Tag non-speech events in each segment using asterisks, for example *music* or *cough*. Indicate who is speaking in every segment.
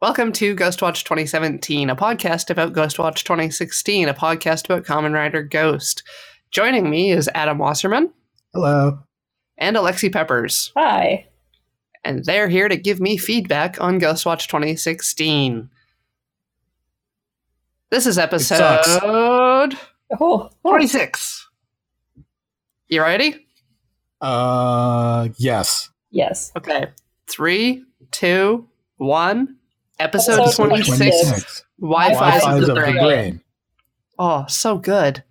Speaker 1: Welcome to Ghostwatch 2017, a podcast about Ghostwatch 2016, a podcast about Common Rider Ghost. Joining me is Adam Wasserman
Speaker 2: Hello.
Speaker 1: and Alexi Peppers,
Speaker 3: Hi.
Speaker 1: and they're here to give me feedback on Ghostwatch 2016. This is
Speaker 2: sucks.
Speaker 1: episode
Speaker 3: Oh, oh.
Speaker 1: 26. You ready?
Speaker 2: Uh, yes.
Speaker 3: yes.
Speaker 1: Okay. Three, two, one. Episode,
Speaker 3: Episode
Speaker 1: 26,
Speaker 3: 26.
Speaker 1: Wi
Speaker 3: Wi-Fi's
Speaker 1: Fi's
Speaker 2: Wi-Fi's
Speaker 1: of
Speaker 2: of
Speaker 1: the
Speaker 2: the
Speaker 1: brain.
Speaker 2: brain.
Speaker 1: Oh, so good.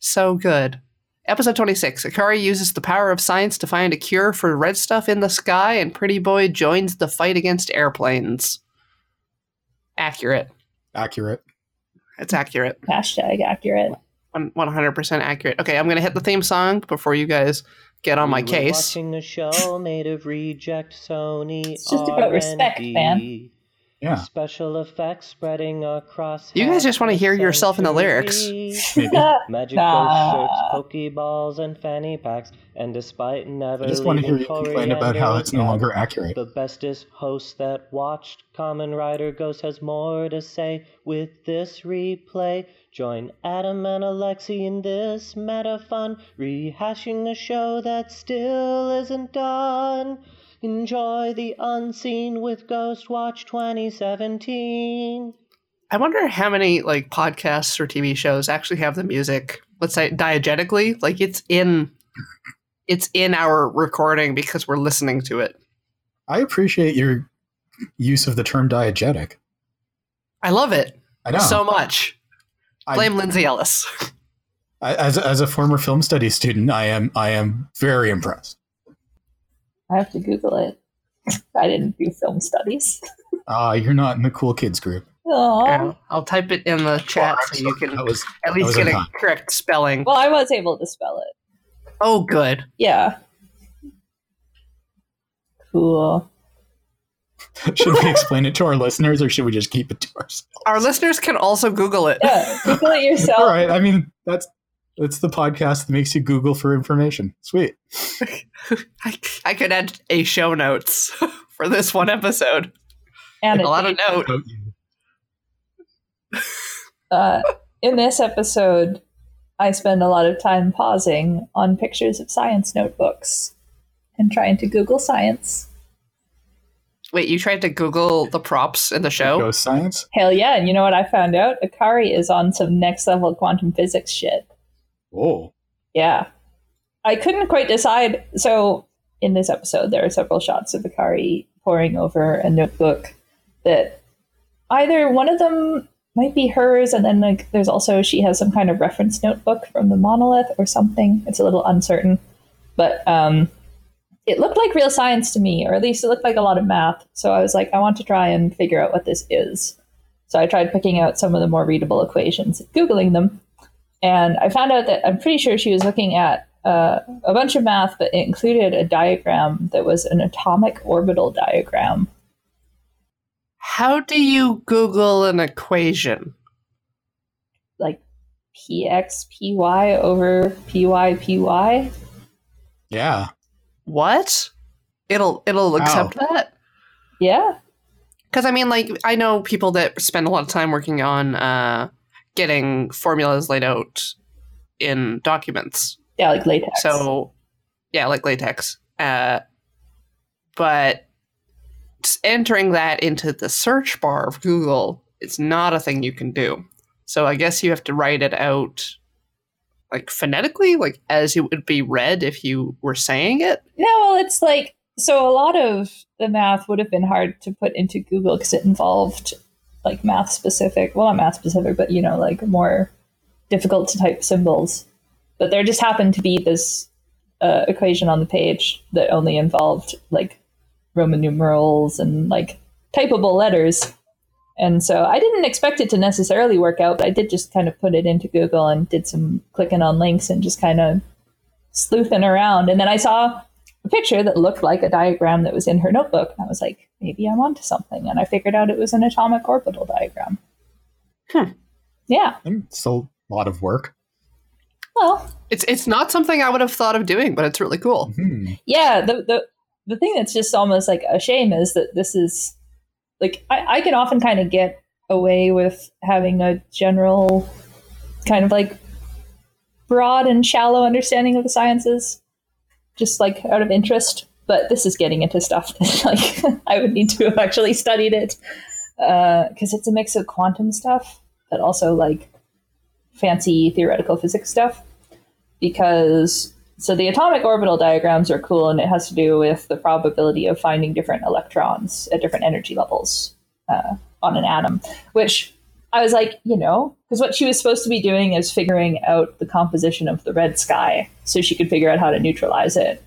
Speaker 1: So good. Episode 26 Akari uses the power of science to find a cure for red stuff in the sky, and Pretty Boy joins the fight against airplanes. Accurate.
Speaker 2: Accurate.
Speaker 1: It's accurate.
Speaker 3: Hashtag accurate.
Speaker 1: One- 100% accurate. Okay, I'm going to hit the theme song before you guys get on my
Speaker 4: We were
Speaker 1: case.
Speaker 4: Watching a show made of reject Sony.
Speaker 3: It's just about respect,
Speaker 4: R&D.
Speaker 3: man.
Speaker 2: Yeah.
Speaker 4: Special effects spreading across.
Speaker 1: You guys just wanna
Speaker 4: half
Speaker 1: hear
Speaker 4: the
Speaker 1: yourself in the lyrics.
Speaker 3: *laughs*
Speaker 4: century.
Speaker 2: Maybe.
Speaker 4: Magical
Speaker 3: Nah.
Speaker 4: shirts, pokeballs, and fanny packs, and despite never
Speaker 2: I just want to hear
Speaker 4: leaving
Speaker 2: you complain
Speaker 4: Coriander
Speaker 2: about how it's no
Speaker 4: Gap,
Speaker 2: longer accurate.
Speaker 4: The bestest host that watched Common Rider Ghost has more to say with this replay. Join Adam and Alexi in this meta fun, rehashing a show that still isn't done. Enjoy the unseen with Ghost Watch 2017.
Speaker 1: I wonder how many like podcasts or TV shows actually have the music. Let's say diegetically, like it's in, it's in our recording because we're listening to it.
Speaker 2: I appreciate your use of the term diegetic.
Speaker 1: I love it.
Speaker 2: I know.
Speaker 1: so much.
Speaker 2: I-
Speaker 1: Blame Lindsay Ellis.
Speaker 2: I, as, as a former film studies student, I am I am very impressed.
Speaker 3: I have to Google it. I didn't do film studies.
Speaker 2: Ah, you're not in the cool kids group.
Speaker 3: *laughs* Oh.
Speaker 1: Yeah, I'll type it in the chat
Speaker 2: Oh, I'm
Speaker 1: so you
Speaker 2: sorry.
Speaker 1: can
Speaker 2: That was *laughs*
Speaker 1: at least
Speaker 2: was
Speaker 1: get a
Speaker 2: unkind.
Speaker 1: correct spelling.
Speaker 3: Well, I was able to spell it.
Speaker 1: Oh, good.
Speaker 3: Yeah. Cool.
Speaker 2: should we explain it to our listeners or should we just keep it to ourselves?
Speaker 1: Our listeners can also Google it.
Speaker 3: Yeah. Google it
Speaker 2: All
Speaker 3: yourself.
Speaker 2: right. I mean, that's that's the podcast that makes you Google for information. Sweet.
Speaker 1: *laughs* I, I could add a show notes *laughs* for this one episode.
Speaker 3: And
Speaker 1: A lot of note.
Speaker 2: About
Speaker 3: uh, in this episode, I spend a lot of time pausing on pictures of science notebooks and trying to Google science.
Speaker 1: Wait, you tried to Google the props in the show?
Speaker 2: Ghost science.
Speaker 3: Hell yeah. And you know what I found out? Akari is on some next level quantum physics shit.
Speaker 2: Whoa.
Speaker 3: Yeah. I couldn't quite decide. So, in this episode, there are several shots of Akari poring over a notebook that either one of them might be hers, and then like there's also she has some kind of reference notebook from the monolith or something. It's a little uncertain, but um, it looked like real science to me, or at least it looked like a lot of math. So I was like, I want to try and figure out what this is. So I tried picking out some of the more readable equations, googling them, and I found out that I'm pretty sure she was looking at uh, a bunch of math, but it included a diagram that was an atomic orbital diagram.
Speaker 1: How do you Google an equation?
Speaker 3: px py over py py.
Speaker 2: Yeah.
Speaker 1: What? It'll it'll accept
Speaker 2: Oh.
Speaker 1: that?
Speaker 3: Yeah,
Speaker 1: Because I mean, like I know people that spend a lot of time working on uh, getting formulas laid out in documents.
Speaker 3: yeah, like latex.
Speaker 1: So, yeah, like latex. Uh, but s- entering that into the search bar of Google, it's not a thing you can do. So I guess you have to write it out, like phonetically, like as it would be read if you were saying it.
Speaker 3: no, well, it's like so. A lot of the math would have been hard to put into Google because it involved like math specific. Well, not math specific, but you know, like more difficult to type symbols. But there just happened to be this uh, equation on the page that only involved like Roman numerals and like typable letters. And so I didn't expect it to necessarily work out, but I did just kind of put it into Google and did some clicking on links and just kind of sleuthing around. And then I saw a picture that looked like a diagram that was in her notebook. And I was like, maybe I'm onto something. And I figured out it was an atomic orbital diagram.
Speaker 1: Hmm.
Speaker 3: Yeah.
Speaker 2: And It's a lot of work.
Speaker 3: Well,
Speaker 1: It's it's not something I would have thought of doing, but it's really cool.
Speaker 2: Hmm.
Speaker 3: yeah the, the the thing that's just almost like a shame is that this is like I, I can often kind of get away with having a general kind of like broad and shallow understanding of the sciences just like out of interest but this is getting into stuff *laughs* that like i would need to have actually studied it because it's a mix of quantum stuff but also like fancy theoretical physics stuff because so the atomic orbital diagrams are cool and it has to do with the probability of finding different electrons at different energy levels uh, on an atom which i was like you know because what she was supposed to be doing is figuring out the composition of the red sky so she could figure out how to neutralize it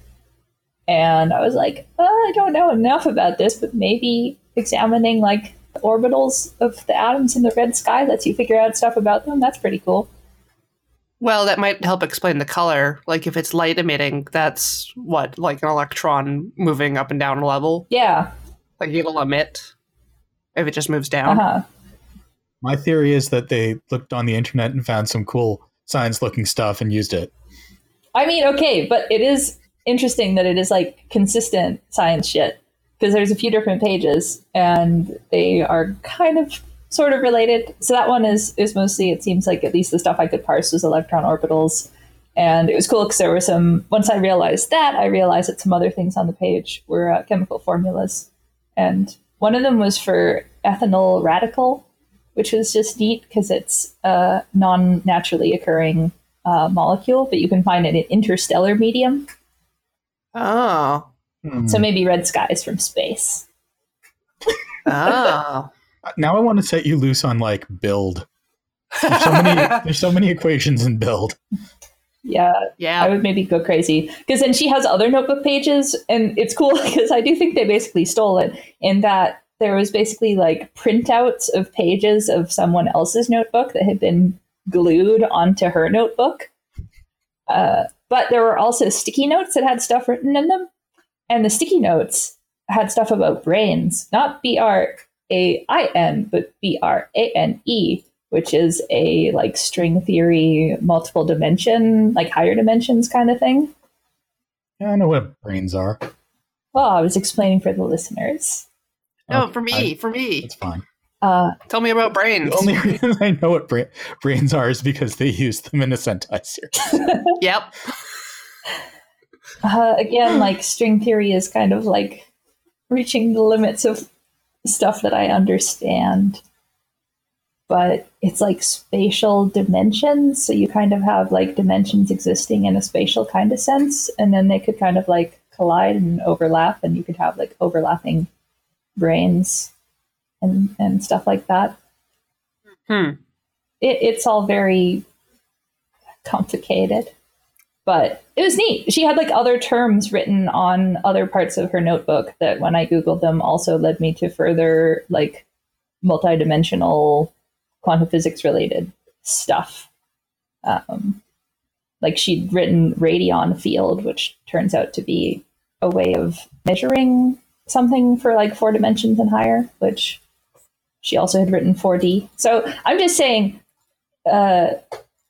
Speaker 3: and i was like oh, i don't know enough about this but maybe examining like the orbitals of the atoms in the red sky lets you figure out stuff about them that's pretty cool
Speaker 1: Well, that might help explain the color. Like if it's light emitting, that's what like an electron moving up and down a level.
Speaker 3: yeah
Speaker 1: Like it'll emit if it just moves down.
Speaker 3: uh-huh
Speaker 2: My theory is that they looked on the internet and found some cool science looking stuff and used it.
Speaker 3: I mean, okay, but it is interesting that it is like consistent science shit because there's a few different pages and they are kind of sort of related. So that one is is mostly it seems like at least the stuff I could parse was electron orbitals, and it was cool because there were some. Once I realized that, I realized that some other things on the page were uh, chemical formulas, and one of them was for ethanol radical, which was just neat because it's a non naturally occurring uh, molecule, but you can find it in interstellar medium.
Speaker 1: Oh.
Speaker 2: Hmm.
Speaker 3: So maybe red skies from space.
Speaker 1: Oh. *laughs*
Speaker 2: Uh, now I want to set you loose on like build. There's
Speaker 1: *laughs*
Speaker 2: so many, there's so many equations in build.
Speaker 3: Yeah, I
Speaker 1: yeah.
Speaker 3: would maybe go crazy because then she has other notebook pages, and it's cool *laughs* because I do think they basically stole it in that there was basically like printouts of pages of someone else's notebook that had been glued onto her notebook. Uh, but there were also sticky notes that had stuff written in them, and the sticky notes had stuff about brains, not B R A I N, but B R A N E, which is a like string theory, multiple dimension, like higher dimensions kind of thing.
Speaker 2: Yeah, I know what brains are.
Speaker 3: Well, I was explaining for the listeners.
Speaker 1: No,
Speaker 2: Okay,
Speaker 1: for me,
Speaker 2: Oh, I-
Speaker 1: for me.
Speaker 2: it's fine.
Speaker 3: Uh,
Speaker 1: Tell me about brains.
Speaker 2: The only *laughs* reason I know what bra- brains are is because they used them in a Sentai series.
Speaker 1: yep.
Speaker 3: uh, again, like string theory is kind of like reaching the limits of stuff that I understand. But it's like spatial dimensions. So you kind of have like dimensions existing in a spatial kind of sense. And then they could kind of like collide and overlap. And you could have like overlapping brains and, and stuff like that.
Speaker 1: Hmm.
Speaker 3: It, it's all very complicated. But it was neat. She had like other terms written on other parts of her notebook that when I Googled them also led me to further like multidimensional quantum physics related stuff. Um, like she'd written radion field, which turns out to be a way of measuring something for like four dimensions and higher, which she also had written 4D. So I'm just saying, uh,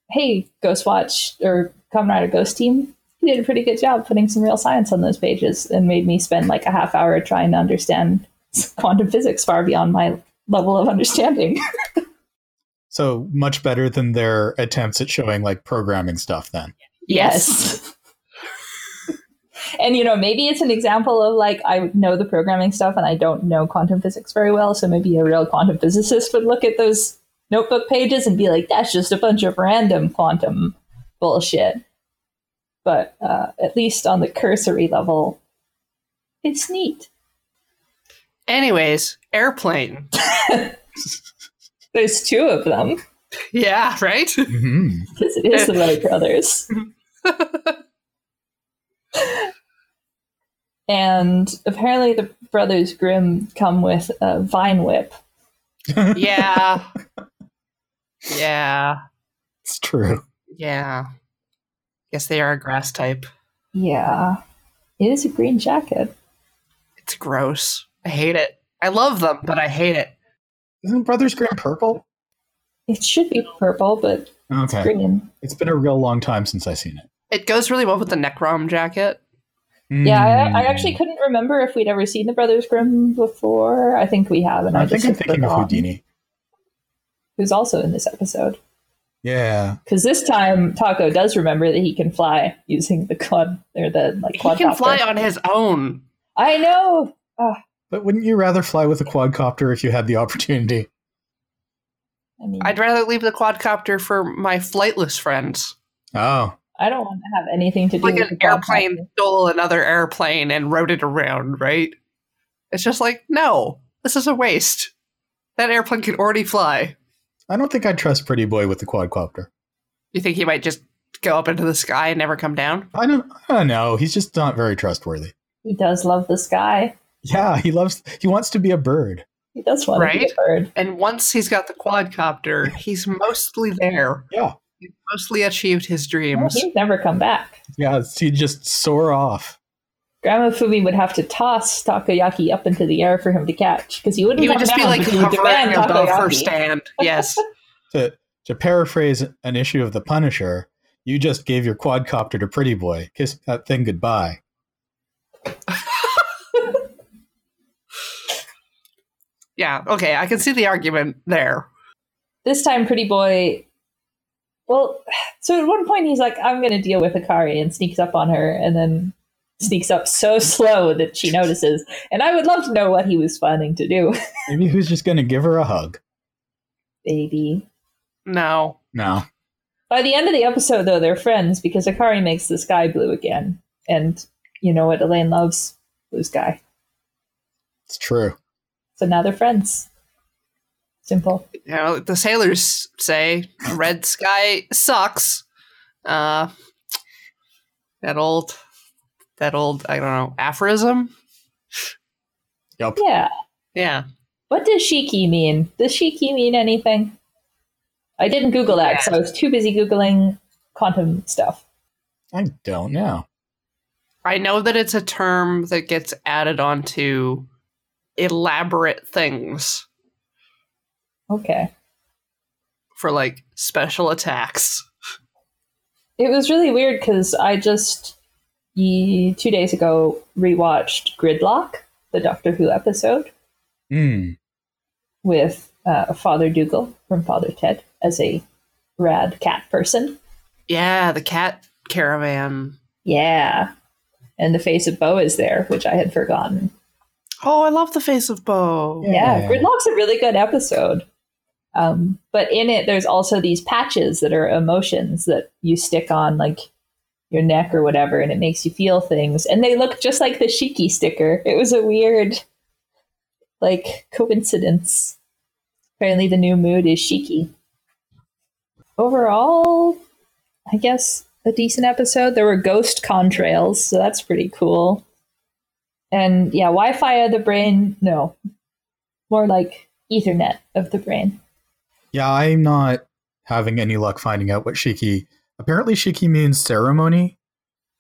Speaker 3: hey, Ghost Watch or Kamen Rider Ghost Team, you did a pretty good job putting some real science on those pages and made me spend like a half hour trying to understand *laughs* quantum physics far beyond my level of understanding.
Speaker 2: so much better than their attempts at showing like programming stuff. Then
Speaker 3: Yes. *laughs* and you know, maybe it's an example of like I know the programming stuff and I don't know quantum physics very well, so maybe a real quantum physicist would look at those notebook pages and be like, "That's just a bunch of random quantum bullshit." But uh, at least on the cursory level, it's neat.
Speaker 1: Anyways, airplane.
Speaker 3: There's two of them
Speaker 1: Yeah, right?
Speaker 2: Mhm.
Speaker 3: because it is the
Speaker 1: *laughs*
Speaker 3: Wright brothers. and apparently, the brothers Grimm come with a vine whip.
Speaker 1: Yeah. yeah.
Speaker 2: it's true.
Speaker 1: Yeah. Yes, they are a grass type.
Speaker 3: Yeah, it is a green jacket.
Speaker 1: It's gross. I hate it. I love them, but I hate it.
Speaker 2: Isn't Brothers Grimm purple?
Speaker 3: It should be purple, but
Speaker 2: Okay,
Speaker 3: green.
Speaker 2: it's been a real long time since I've seen it.
Speaker 1: It goes really well with the Necrom jacket.
Speaker 3: Yeah,
Speaker 2: Hmm.
Speaker 3: I, I actually couldn't remember if we'd ever seen the Brothers Grimm before. I think we have, and I,
Speaker 2: I think
Speaker 3: just
Speaker 2: I'm
Speaker 3: had
Speaker 2: thinking of
Speaker 3: forgotten,
Speaker 2: Houdini.
Speaker 3: who's also in this episode.
Speaker 2: Yeah.
Speaker 3: Because this time Taco does remember that he can fly using the quad or the like
Speaker 1: He can
Speaker 3: quadcopter.
Speaker 1: fly on his own.
Speaker 3: I know.
Speaker 2: But wouldn't you rather fly with a quadcopter if you had the *laughs* opportunity?
Speaker 3: I mean,
Speaker 1: I'd rather leave the quadcopter for my flightless friends.
Speaker 2: Oh.
Speaker 3: I don't want to have anything to do
Speaker 1: Like
Speaker 3: with
Speaker 1: an
Speaker 3: the
Speaker 1: airplane
Speaker 3: quadcopter.
Speaker 1: stole another airplane and rode it around, right? It's just like, no, this is a waste. That airplane can already fly.
Speaker 2: I don't think I'd trust Pretty Boy with the quadcopter.
Speaker 1: You think he might just go up into the sky and never come down?
Speaker 2: I don't I don't know. He's just not very trustworthy.
Speaker 3: He does love the sky.
Speaker 2: Yeah, he loves he wants to be a bird.
Speaker 3: He does want to be
Speaker 1: Right?
Speaker 3: a bird.
Speaker 1: And once he's got the quadcopter, he's mostly there.
Speaker 2: Yeah.
Speaker 1: He's mostly achieved his
Speaker 3: Well,
Speaker 1: dreams.
Speaker 3: he'd never come back.
Speaker 2: Yeah, he'd just soar off.
Speaker 3: Grandma Fumi would have to toss Takoyaki up into the air for him to catch because he wouldn't
Speaker 1: He would
Speaker 3: come
Speaker 1: just be
Speaker 3: down,
Speaker 1: like
Speaker 3: but he would
Speaker 1: hovering
Speaker 3: demand
Speaker 1: above her
Speaker 3: Takoyaki.
Speaker 1: stand. Yes.
Speaker 2: To to paraphrase an issue of The Punisher, you just gave your quadcopter to Pretty Boy. Kiss that thing goodbye.
Speaker 1: Yeah. Okay. I can see the argument there.
Speaker 3: this time pretty boy well so at one point he's like i'm going to deal with akari and sneaks up on her and then sneaks up so *laughs* slow that she notices and i would love to know what he was planning to do *laughs*
Speaker 2: Maybe who's just gonna give her a hug?
Speaker 3: baby
Speaker 1: No.
Speaker 2: No.
Speaker 3: by the end of the episode though they're friends because akari makes the sky blue again and you know what elaine loves blue sky
Speaker 2: It's true.
Speaker 3: so now they're friends simple
Speaker 1: You know, the sailors say red sky sucks. Uh, that old, that old, I don't know, aphorism.
Speaker 2: Yup.
Speaker 3: yeah
Speaker 1: Yeah.
Speaker 3: What does shiki mean? Does shiki mean anything? I didn't Google that because I was too busy Googling quantum stuff.
Speaker 2: I don't know.
Speaker 1: I know that it's a term that gets added onto elaborate things
Speaker 3: Okay.
Speaker 1: for like special attacks.
Speaker 3: It was really weird because I just ye- two days ago rewatched Gridlock, the Doctor Who episode,
Speaker 2: Hmm.
Speaker 3: with uh, Father Dougal from Father Ted as a rad cat person.
Speaker 1: Yeah, the cat caravan.
Speaker 3: Yeah. And the face of Bo is there, which I had forgotten.
Speaker 1: Oh, I love the face of Bo.
Speaker 3: yeah,
Speaker 2: Yeah.
Speaker 3: gridlock's a really good episode um, but in it there's also these patches that are emotions that you stick on like your neck or whatever and it makes you feel things and they look just like the shiki sticker it was a weird like coincidence apparently the new mood is shiki overall i guess a decent episode there were ghost contrails so that's pretty cool and yeah wi-fi of the brain no more like ethernet of the brain
Speaker 2: Yeah, I'm not having any luck finding out what shiki. Apparently, shiki means ceremony,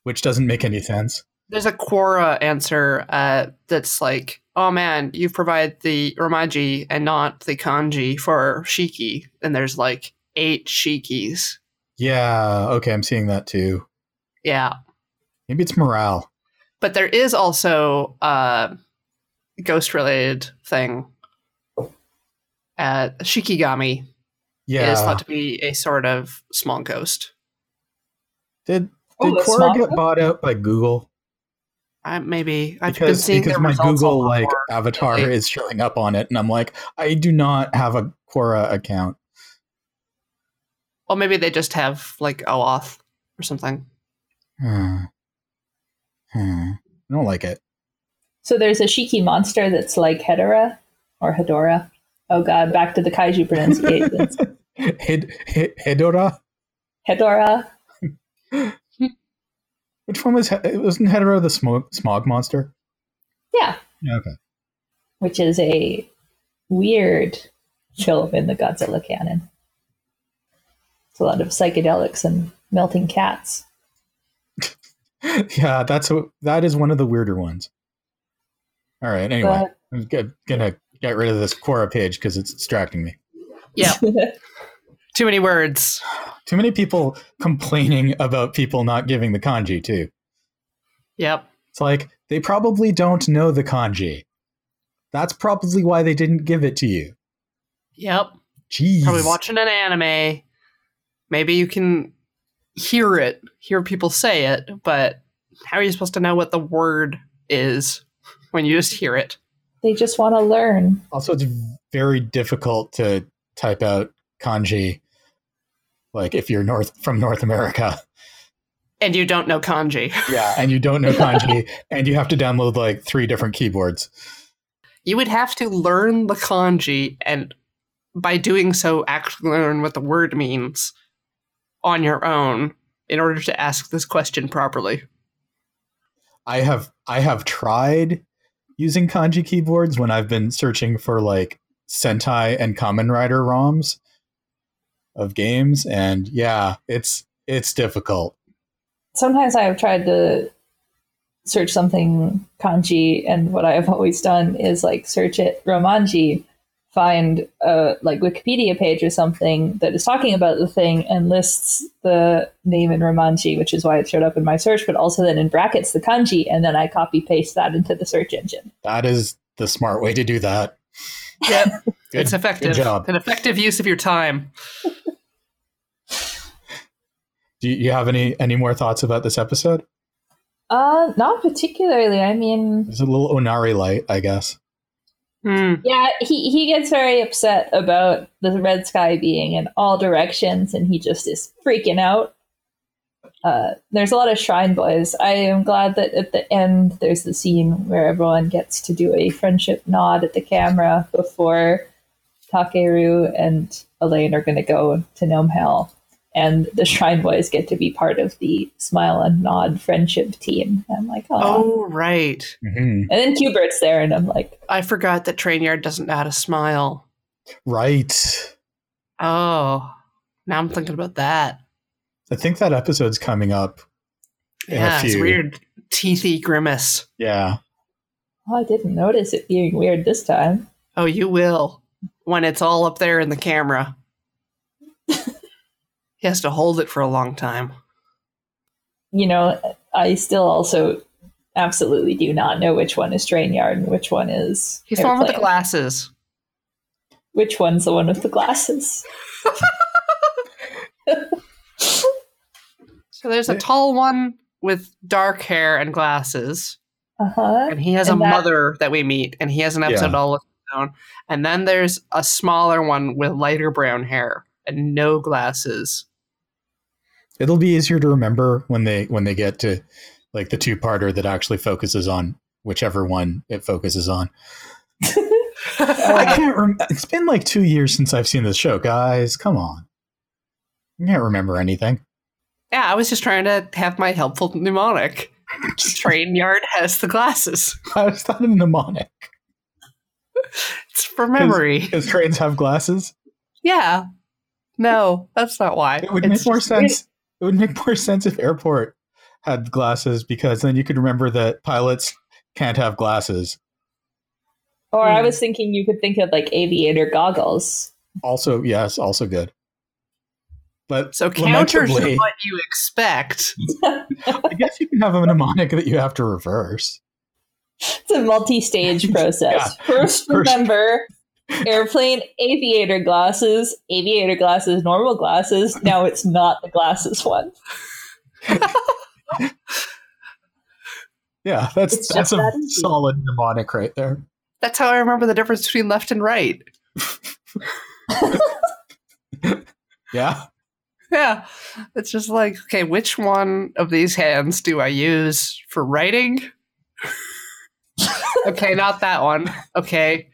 Speaker 2: which doesn't make any sense.
Speaker 1: There's a Quora answer uh, that's like, oh man, you provide the Romaji and not the kanji for Shiki. And there's like eight Shikis.
Speaker 2: Yeah, okay, I'm seeing that too.
Speaker 1: Yeah.
Speaker 2: Maybe it's morale.
Speaker 1: But there is also a ghost related thing. Uh, Shikigami
Speaker 2: Yeah.
Speaker 1: is thought to be a sort of small ghost.
Speaker 2: did
Speaker 3: Oh,
Speaker 2: did
Speaker 3: that's
Speaker 2: Quora
Speaker 3: not-
Speaker 2: get bought out by Google?
Speaker 1: I, maybe I've been
Speaker 2: Because
Speaker 1: seeing
Speaker 2: because
Speaker 1: their
Speaker 2: my
Speaker 1: results
Speaker 2: Google
Speaker 1: all
Speaker 2: like
Speaker 1: over.
Speaker 2: avatar
Speaker 1: lately.
Speaker 2: is showing up on it, and I'm like, I do not have a Quora account.
Speaker 1: Or maybe they just have like OAuth or something.
Speaker 2: Hmm. Hmm. I don't like it.
Speaker 3: so there's a shiki monster that's like hedora or hedora oh god back to the kaiju
Speaker 2: *laughs*
Speaker 3: pronunciations
Speaker 2: Hed- He- Hedora.
Speaker 3: hedora
Speaker 2: Which one was he- wasn't Hedora the smog smog monster? *laughs*
Speaker 3: yeah
Speaker 2: Yeah, okay.
Speaker 3: which is a weird film in the godzilla canon it's a lot of psychedelics and melting cats
Speaker 2: yeah, that's a, that is one of the weirder ones. All right. Anyway,
Speaker 3: But-
Speaker 2: I'm g- gonna get rid of this Quora page because it's distracting me.
Speaker 1: Yeah. Too many words.
Speaker 2: Too *laughs* many people complaining about people not giving the kanji too.
Speaker 1: Yep.
Speaker 2: It's like they probably don't know the kanji. That's probably why they didn't give it to you.
Speaker 1: Yep.
Speaker 2: Jeez.
Speaker 1: Probably watching an anime. Maybe you can hear it, hear people say it, but how are you supposed to know what the word is when you just hear it?
Speaker 3: *laughs* They just want to learn.
Speaker 2: Also, it's very difficult to type out kanji, like if you're north from North America.
Speaker 1: And you don't know kanji. *laughs*
Speaker 2: Yeah, and you don't know kanji, and you have to download like three different keyboards.
Speaker 1: You would have to learn the kanji and by doing so actually learn what the word means on your own in order to ask this question properly.
Speaker 2: I have I have tried using kanji keyboards when I've been searching for like Sentai and Common Rider ROMs of games, and yeah, it's it's difficult.
Speaker 3: Sometimes I have tried to search something kanji, and what I have *laughs* always done is like search it romanji, find a like Wikipedia page or something that is talking about the thing and lists the name in Romanji, which is why it showed up in my search, but also then in brackets the kanji, and then I copy paste that into the search engine.
Speaker 2: That is the smart way to do that.
Speaker 1: Yep.
Speaker 2: Good-
Speaker 1: it's effective.
Speaker 2: Good job.
Speaker 1: An effective use of your time.
Speaker 2: Do you- you have any any more thoughts about this episode?
Speaker 3: Uh, not particularly. I mean,
Speaker 2: There's a little Onari light, I guess.
Speaker 1: Hmm.
Speaker 3: yeah, he he gets very upset about the red sky being in all directions, and he just is freaking out. Uh, there's a lot of shrine boys. I am glad that at the end there's the scene where everyone gets to do a friendship nod at the camera before Takeru and Elaine are going to go to Gnome Hell, and the shrine boys get to be part of the smile and nod friendship team. I'm like, oh.
Speaker 1: Oh, right.
Speaker 2: Mhm.
Speaker 3: And then Cubert's there, and I'm like,
Speaker 1: I forgot that Train Yard doesn't know how to smile.
Speaker 2: Right.
Speaker 1: Oh, now I'm thinking about that.
Speaker 2: I think that episode's coming up. In a
Speaker 1: Yeah, it's
Speaker 2: few.
Speaker 1: weird. Teethy grimace.
Speaker 2: Yeah.
Speaker 3: Oh, I didn't notice it being weird this time.
Speaker 1: Oh, you will when it's all up there in the *laughs* camera. he has to hold it for a long time.
Speaker 3: You know, I still also absolutely do not know which one is train yard and which one is
Speaker 1: He's the one with the
Speaker 3: airplane.
Speaker 1: glasses.
Speaker 3: Which one's the one with the glasses?
Speaker 1: So there's a
Speaker 2: Yeah.
Speaker 1: tall one with dark hair and glasses,
Speaker 3: Uh huh.
Speaker 1: and he has
Speaker 3: And
Speaker 1: a
Speaker 3: that-
Speaker 1: mother that we meet, and he has an episode
Speaker 2: Yeah.
Speaker 1: all of his own. And then there's a smaller one with lighter brown hair and no
Speaker 2: *laughs*
Speaker 1: glasses.
Speaker 2: It'll be easier to remember when they when they get to like the two parter that actually focuses on whichever one it focuses on.
Speaker 1: Uh,
Speaker 2: I can't rem- it's been like 2 years since I've seen this show, guys. Come on. I can't remember anything. *laughs*
Speaker 1: Yeah, I was just trying to have my helpful mnemonic. Train yard has the glasses.
Speaker 2: How is that a mnemonic?
Speaker 1: It's for memory.
Speaker 2: Because trains have glasses.
Speaker 1: Yeah. No, that's not why.
Speaker 2: It would
Speaker 1: It's
Speaker 2: make more
Speaker 1: just-
Speaker 2: sense. It would make more sense if airport had glasses because then you could remember that pilots can't have glasses.
Speaker 3: Or I
Speaker 1: Hmm.
Speaker 3: was thinking you could think of like aviator goggles. *laughs*
Speaker 2: Also, yes, also good. But
Speaker 1: So counter to
Speaker 2: Lamentably.
Speaker 1: what you expect.
Speaker 2: I guess you can have a mnemonic that you have to reverse.
Speaker 3: It's
Speaker 1: *laughs*
Speaker 3: a multi-stage process. First,
Speaker 2: First-
Speaker 3: remember airplane aviator glasses, aviator glasses, normal glasses. Now it's not the glasses one.
Speaker 2: Yeah, that's
Speaker 3: It's
Speaker 2: that's
Speaker 3: just
Speaker 2: a
Speaker 3: that easy.
Speaker 2: solid mnemonic right there.
Speaker 1: That's how I remember the difference between left and right.
Speaker 2: Yeah.
Speaker 1: Yeah. It's just like, okay, which one of these hands do I use for writing? okay, not that one. Okay.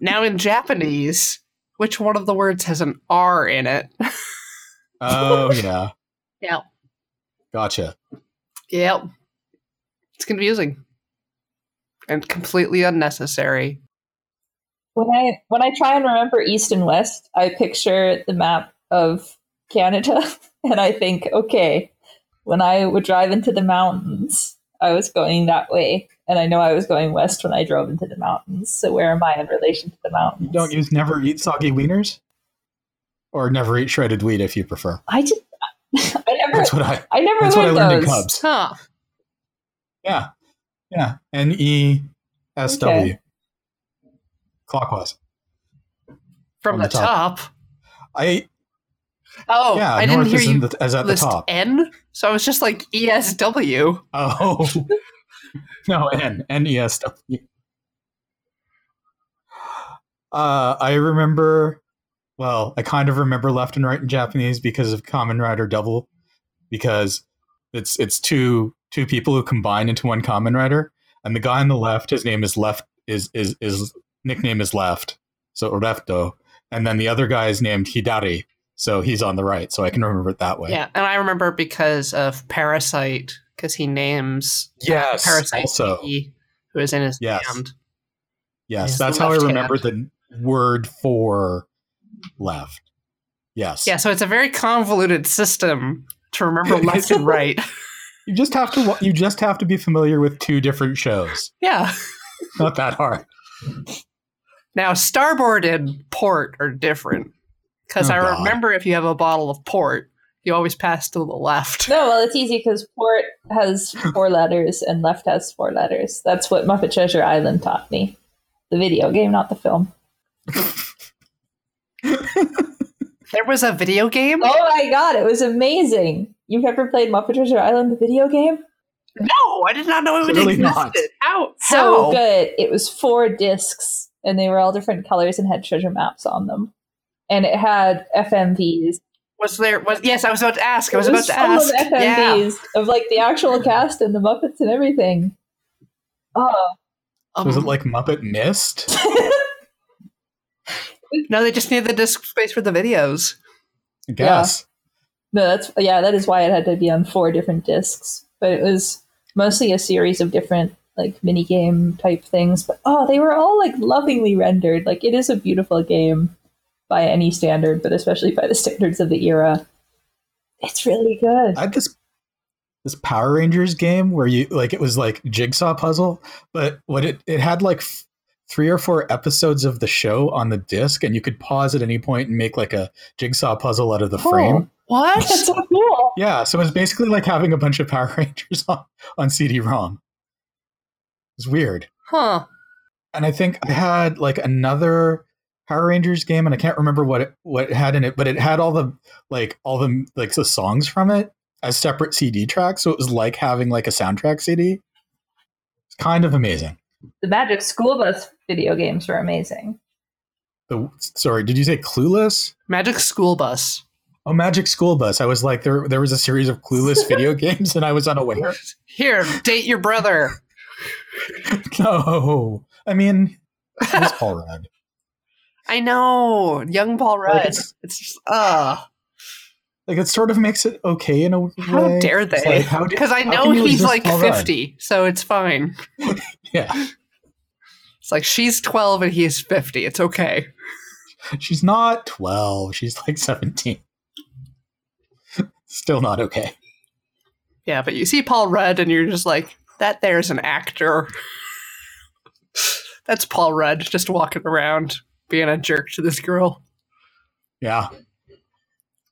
Speaker 1: Now in Japanese, which one of the words has an R in it? *laughs*
Speaker 2: Oh yeah.
Speaker 1: Yeah.
Speaker 2: Gotcha.
Speaker 1: Yep. It's confusing and completely unnecessary.
Speaker 3: When I when I try and remember east and west, I picture the map of Canada *laughs* and I think, okay, when I would drive into the mountains, I was going that way. And I know I was going west when I drove into the mountains. So where am I in relation to the mountains?
Speaker 2: You don't use never eat soggy wieners? Or never eat shredded wheat if you
Speaker 1: *laughs*
Speaker 2: prefer.
Speaker 3: I just I never
Speaker 2: That's what I
Speaker 3: I never
Speaker 2: that's what I
Speaker 3: learned
Speaker 2: learned in
Speaker 3: those.
Speaker 2: Cubs.
Speaker 1: Huh.
Speaker 2: Yeah. Yeah, N E S W.
Speaker 3: Okay.
Speaker 2: Clockwise.
Speaker 1: From
Speaker 2: On
Speaker 1: the,
Speaker 2: the
Speaker 1: top.
Speaker 2: I
Speaker 1: Oh,
Speaker 2: yeah.
Speaker 1: I didn't
Speaker 2: north
Speaker 1: hear
Speaker 2: is, in
Speaker 1: you
Speaker 2: the, is at the
Speaker 1: list
Speaker 2: top.
Speaker 1: N, so I was just like E ESW.
Speaker 2: Oh no, N N E S W. Uh, I remember. Well, I kind of remember left and right in Japanese because of Common Rider Double, because it's it's two two people who combine into one Common Rider, and the guy on the left, his name is Left, is is is nickname is Left, so Refto, and then the other guy is named Hidari, so he's on the right, so I can remember it that way.
Speaker 1: Yeah, and I remember because of Parasite, because he names
Speaker 2: Yes.
Speaker 1: Parasite
Speaker 2: Also.
Speaker 1: he who is in his
Speaker 2: Yes.
Speaker 1: hand.
Speaker 2: Yes,
Speaker 1: Yes,
Speaker 2: that's
Speaker 1: the
Speaker 2: how I
Speaker 1: left
Speaker 2: remember the word for left. Yes.
Speaker 1: Yeah, so it's a very convoluted system to
Speaker 2: *laughs*
Speaker 1: remember left and right.
Speaker 2: You just have to wa- you just have to be familiar with two different shows.
Speaker 1: Yeah.
Speaker 2: Not that hard.
Speaker 1: Now, starboard and port are different because
Speaker 2: Oh,
Speaker 1: I
Speaker 2: God.
Speaker 1: remember if you have a bottle of port, you always pass to the
Speaker 3: *laughs*
Speaker 1: left.
Speaker 3: No, well, it's easy because port
Speaker 2: *laughs*
Speaker 3: has four letters and left has four letters. That's what Muppet Treasure Island taught me. The video game, not the film.
Speaker 1: There was a video game.
Speaker 3: Oh my god, it was amazing! You've never played Muppet Treasure Island, the video game?
Speaker 1: No, I did not know it
Speaker 2: Clearly
Speaker 1: existed. Oh,
Speaker 2: not.
Speaker 1: How?
Speaker 3: So
Speaker 1: how?
Speaker 3: good. It was four discs, and they were all different colors and had treasure maps on them. And it had FMVs.
Speaker 1: Was there? Was yes? I was about to ask. I
Speaker 3: It
Speaker 1: was,
Speaker 3: was
Speaker 1: about to
Speaker 3: full
Speaker 1: ask.
Speaker 3: of
Speaker 1: Yeah.
Speaker 3: FMVs of like the actual cast and the Muppets and everything. Oh,
Speaker 1: Um,
Speaker 2: Was it like Muppet Mist?
Speaker 1: no, they just needed the disk space for the videos.
Speaker 2: I guess.
Speaker 3: No, that's yeah, that is why it had to be on four different discs. But it was mostly a series of different like mini game type things. But oh, they were all like lovingly rendered. Like it is a beautiful game by any standard, but especially by the *laughs* standards of the era. It's really good.
Speaker 2: I had this this Power Rangers game where you like it was like jigsaw puzzle, but what it it had like f- three or four episodes of the show on the disc and you could pause at any point and make like a jigsaw puzzle out of the
Speaker 3: Oh.
Speaker 2: frame.
Speaker 1: What?
Speaker 3: *laughs* That's so cool.
Speaker 2: Yeah, so it was basically like having a bunch of Power *laughs* Rangers on, on CD-ROM. It's weird.
Speaker 1: huh?
Speaker 2: And I think I had like another Power Rangers game, and I can't remember what it, what it had in it, but it had all the like all the like the songs from it as separate CD tracks, so it was like having like a soundtrack CD. It's kind of amazing.
Speaker 3: The Magic School Bus video games were amazing.
Speaker 2: The sorry, did you say Clueless?
Speaker 1: Magic School Bus.
Speaker 2: Oh, Magic School Bus. I was like, there there was a series of Clueless video games, and I was unaware.
Speaker 1: Here, date your brother.
Speaker 2: *laughs* No, I mean, it was Paul Rudd.
Speaker 1: I know, young Paul Rudd.
Speaker 2: Like,
Speaker 1: it's, just, uh
Speaker 2: Like it sort of makes it okay in a way.
Speaker 1: How dare
Speaker 2: It's
Speaker 1: they?
Speaker 2: like, how d-
Speaker 1: Because I
Speaker 2: how
Speaker 1: know
Speaker 2: can you
Speaker 1: he's
Speaker 2: resist
Speaker 1: like
Speaker 2: Paul Rudd?
Speaker 1: fifty, so it's fine.
Speaker 2: *laughs* Yeah,
Speaker 1: It's like she's twelve and he is fifty. It's okay.
Speaker 2: she's not twelve. She's like seventeen. Still not okay.
Speaker 1: Yeah, but you see Paul Rudd and you're just like, that there's an actor. *laughs* That's Paul Rudd just walking around being a jerk to this girl.
Speaker 2: Yeah,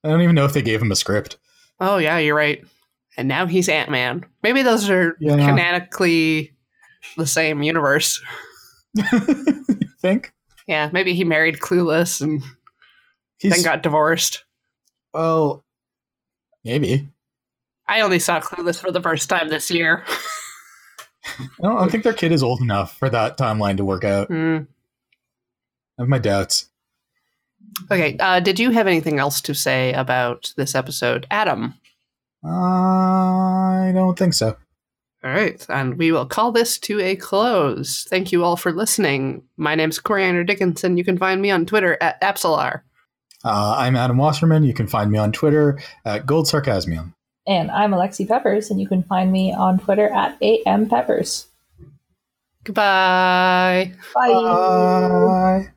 Speaker 2: I don't even know if they gave him a script.
Speaker 1: Oh yeah, you're right. And now he's Ant Man. Maybe those are
Speaker 2: Yeah.
Speaker 1: canonically the same universe.
Speaker 2: you *laughs* think
Speaker 1: Yeah, maybe he married Clueless and then
Speaker 2: he's
Speaker 1: got divorced.
Speaker 2: well, maybe.
Speaker 1: I only saw Clueless for the first time this year.
Speaker 2: I don't, I don't think their kid is old enough for that timeline to work out.
Speaker 1: Mm.
Speaker 2: I have my doubts.
Speaker 1: Okay, uh, did you have anything else to say about this episode, Adam?
Speaker 2: I don't think so.
Speaker 1: All right, and we will call this to a close. Thank you all for listening. My name's Coriander Dickinson. You can find me on Twitter at Apsalar.
Speaker 2: Uh, I'm Adam Wasserman. You can find me on Twitter at Gold Sarcasmium.
Speaker 3: And I'm Alexi Peppers, and you can find me on Twitter at AM Peppers.
Speaker 1: Goodbye.
Speaker 3: Bye.
Speaker 2: Bye.